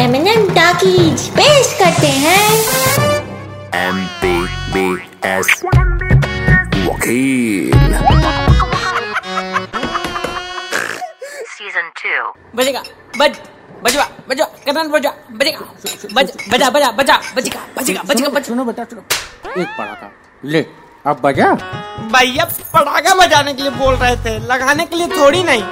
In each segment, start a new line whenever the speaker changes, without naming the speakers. M N M talkies पेश करते हैं
एम पी बी एस वकील
Season 2.
बजेगा बज बजवा बजवा कदन बजवा बजेगा बज बजा बजा बजा बजेगा बजेगा बजेगा बज
सुनो बेटा सुनो एक पड़ाका ले अब बजा
भैया पटाखा बजाने के लिए बोल रहे थे लगाने के लिए थोड़ी नहीं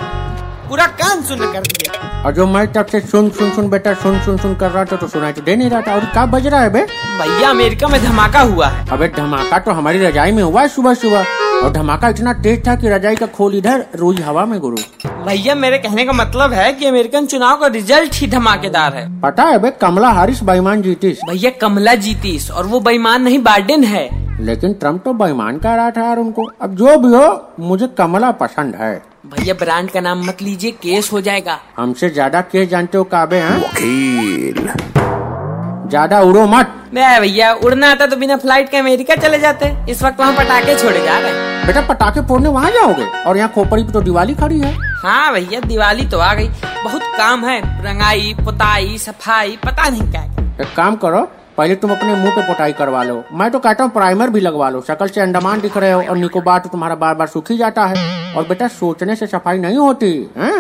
पूरा कान सुन कर दिया
और जो मैं तब से सुन सुन सुन बेटा सुन सुन सुन कर रहा था तो सुनाई तो दे नहीं रहा था और क्या बज रहा है बे
भैया अमेरिका में धमाका हुआ है
अबे धमाका तो हमारी रजाई में हुआ है सुबह सुबह और धमाका इतना तेज था कि रजाई का खोल इधर रोज हवा में गुरु
भैया मेरे कहने का मतलब है कि अमेरिकन चुनाव का रिजल्ट ही धमाकेदार है
पता है बे कमला हारिस बेईमान जीतीस
भैया कमला जीतीस और वो बेईमान नहीं बाइडेन है
लेकिन ट्रम्प तो बेईमान कह रहा था यार उनको अब जो भी हो मुझे कमला पसंद है
भैया ब्रांड का नाम मत लीजिए केस हो जाएगा
हमसे ज्यादा के जानते हो काबे हैं
वकील
ज्यादा उड़ो मत
मैं भैया उड़ना आता तो बिना फ्लाइट के अमेरिका चले जाते इस वक्त वहाँ पटाखे छोड़े जा रहे हैं
बेटा पटाखे फोड़ने वहाँ जाओगे और यहाँ खोपड़ी पे तो दिवाली खड़ी है
हाँ भैया दिवाली तो आ गई बहुत काम है रंगाई पुताई सफाई पता नहीं क्या क्या।
एक काम करो पहले तुम अपने मुंह पे पोटाई करवा लो मैं तो कहता हूँ प्राइमर भी लगवा लो शकल से अंडमान दिख रहे हो और निकोबार तो तुम्हारा बार बार सूखी जाता है और बेटा सोचने से सफाई नहीं होती हैं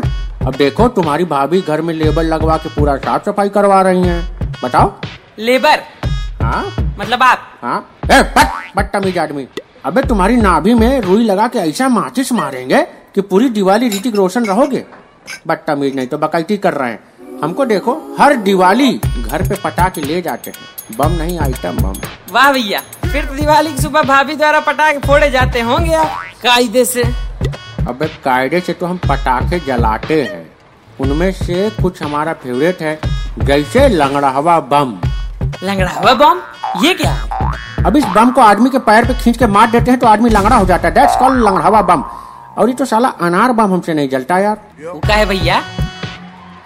अब देखो तुम्हारी भाभी घर में लेबर लगवा के पूरा साफ सफाई करवा रही हैं बताओ
लेबर
हाँ
मतलब आप
हाँ ए पट बदतमीज आदमी अबे तुम्हारी नाभि में रुई लगा के ऐसा माचिस मारेंगे कि पूरी दिवाली ऋतिक रोशन रहोगे बदतमीज नहीं तो बकैती कर रहे हैं हमको देखो हर दिवाली घर पे पटाखे ले जाते हैं बम नहीं आइटम बम
वाह भैया फिर तो दिवाली की सुबह भाभी द्वारा पटाखे फोड़े जाते होंगे आप कायदे से
अबे कायदे से तो हम पटाखे जलाते हैं उनमें से कुछ हमारा फेवरेट है जैसे लंगड़ावा बम
लंगड़ा हुआ बॉम्ब ये क्या
अब इस बम को आदमी के पैर पे खींच के मार देते हैं तो आदमी लंगड़ा हो जाता है दैट्स कॉल्ड लंगड़ावा बम और ये तो साला अनार बम हमसे नहीं जलता यार
वो क्या है भैया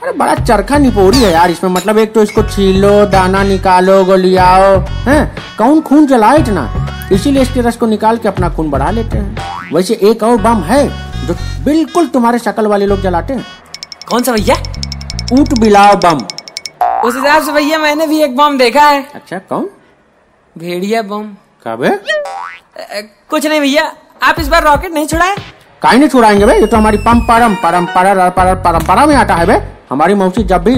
अरे बड़ा चरखा निपोरी है यार इसमें मतलब एक तो इसको छीलो दाना निकालो गोलियाओ हैं कौन खून जलाए इतना इसीलिए इसके रस को निकाल के अपना खून बढ़ा लेते हैं वैसे एक और बम है जो बिल्कुल तुम्हारे शक्ल वाले लोग जलाते हैं
कौन सा भैया
ऊट बिलाव बम
उस हिसाब से भैया मैंने भी एक बॉम्ब देखा है
अच्छा कौन
भेड़िया बॉम्ब
कबे
अ, कुछ नहीं भैया आप इस बार रॉकेट नहीं छुड़ाए
काहे नहीं छुड़ाएंगे बे ये तो हमारी पम परम परंपरा परम परंपरा में आता है बे हमारी मौसी जब भी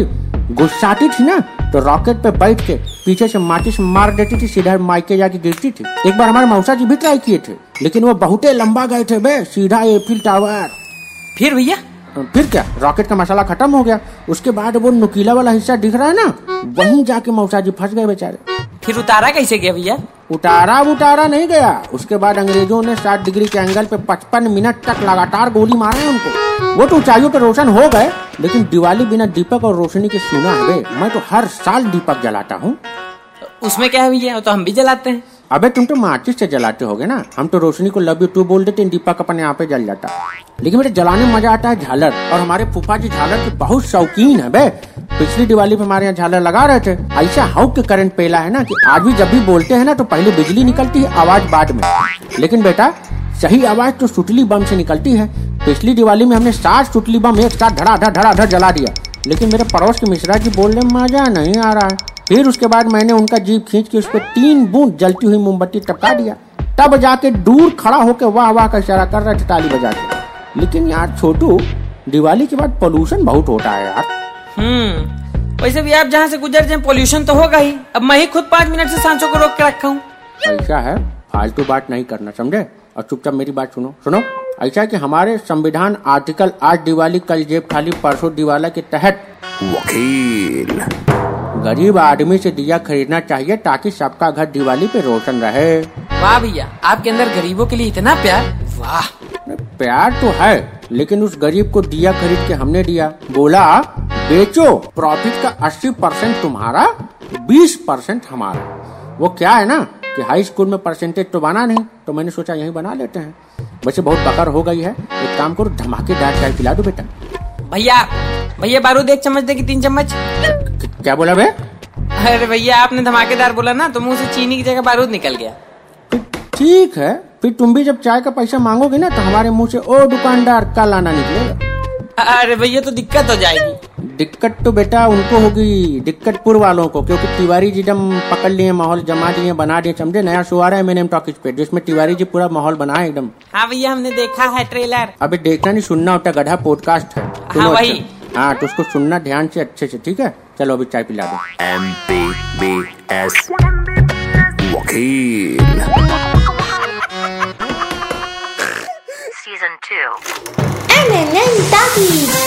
गुस्सा आती थी ना तो रॉकेट पे बैठ के पीछे से माचिस मार देती थी सीधा मायके जाके गिरती थी एक बार हमारे मौसा जी भी ट्राई किए थे लेकिन वो बहुते लंबा गए थे बे सीधा एफिल टावर
फिर भैया
फिर क्या रॉकेट का मसाला खत्म हो गया उसके बाद वो नुकीला वाला हिस्सा दिख रहा है ना वहीं जाके मौसा जी फंस गए बेचारे
फिर उतारा कैसे गया भैया
उतारा उतारा नहीं गया उसके बाद अंग्रेजों ने सात डिग्री के एंगल पे पचपन मिनट तक लगातार गोली मारे उनको वो तो ऊंचाइयों पे रोशन हो गए लेकिन दिवाली बिना दीपक और रोशनी के सुना है बे। मैं तो हर साल दीपक जलाता हूँ
उसमें क्या है भैया वो तो हम भी जलाते हैं
अबे तुम तो माचिस से जलाते होगे ना हम तो रोशनी को लव यू टू बोल देते हैं, दीपक अपने यहाँ पे जल जाता लेकिन बेटा जलाने में मजा आता है झालर और हमारे फूफा जी झालर के बहुत शौकीन है बे पिछली दिवाली पे हमारे यहाँ झालर लगा रहे थे ऐसा हाउ के करंट पेला है ना कि आज भी जब भी बोलते हैं ना तो पहले बिजली निकलती है आवाज बाद में लेकिन बेटा सही आवाज तो सुतली बम से निकलती है पिछली दिवाली में हमने सात सुतली बम एक साथ धड़ाधड़ धड़ाधड़ जला दिया लेकिन मेरे पड़ोस के मिश्रा जी बोलने में मजा नहीं आ रहा है फिर उसके बाद मैंने उनका जीप खींच के उस पर तीन बूंद जलती हुई मोमबत्ती टपका दिया तब जाके दूर खड़ा होकर वाह वाह का इशारा कर रहे थे ताली बजा के लेकिन यार छोटू दिवाली के बाद पोल्यूशन बहुत होता है यार
हम्म वैसे भी आप जहाँ से गुजर जाए पोल्यूशन तो होगा ही अब मैं ही खुद पाँच मिनट से सांसों को रोक के रखा हूँ
ऐसा है फालतू बात नहीं करना समझे और चुपचाप मेरी बात सुनो सुनो ऐसा है कि हमारे संविधान आर्टिकल आज दिवाली कल जेब खाली परसों दिवाला के तहत
वकील
गरीब आदमी से दिया खरीदना चाहिए ताकि सबका घर दिवाली पे रोशन रहे
वाह भैया आपके अंदर गरीबों के लिए इतना प्यार वाह
प्यार तो है लेकिन उस गरीब को दिया खरीद के हमने दिया बोला बेचो प्रॉफिट का 80 परसेंट तुम्हारा 20 परसेंट हमारा वो क्या है ना कि हाई स्कूल में परसेंटेज तो बना नहीं तो मैंने सोचा यही बना लेते हैं वैसे बहुत बकर हो गई है एक काम करो धमाकेदार चाय पिला दो बेटा
भैया भैया बारूद एक चम्मच देगी तीन चम्मच
क- क्या बोला बे
अरे भैया आपने धमाकेदार बोला ना तो मुंह से चीनी की जगह बारूद निकल गया
फिर ठीक है फिर तुम भी जब चाय का पैसा मांगोगे ना तो हमारे मुंह से ओ दुकानदार का लाना निकलेगा
अरे भैया तो दिक्कत हो जाएगी
दिक्कत तो बेटा उनको होगी दिक्कतपुर वालों को क्योंकि तिवारी जी जब पकड़ लिए माहौल जमा दिए बना दिए समझे नया शो आ रहा है मेरे टॉकिज पे जिसमें तिवारी जी पूरा माहौल बना है एकदम
हाँ भैया हमने देखा है ट्रेलर
अभी देखना नहीं सुनना होता गधा पॉडकास्ट है सुनो
वही।
अच्छे- हाँ तो उसको सुनना ध्यान से अच्छे से ठीक है चलो अभी चाय पिला दो
MBBS वकील
Season 2.
MNN Talkies.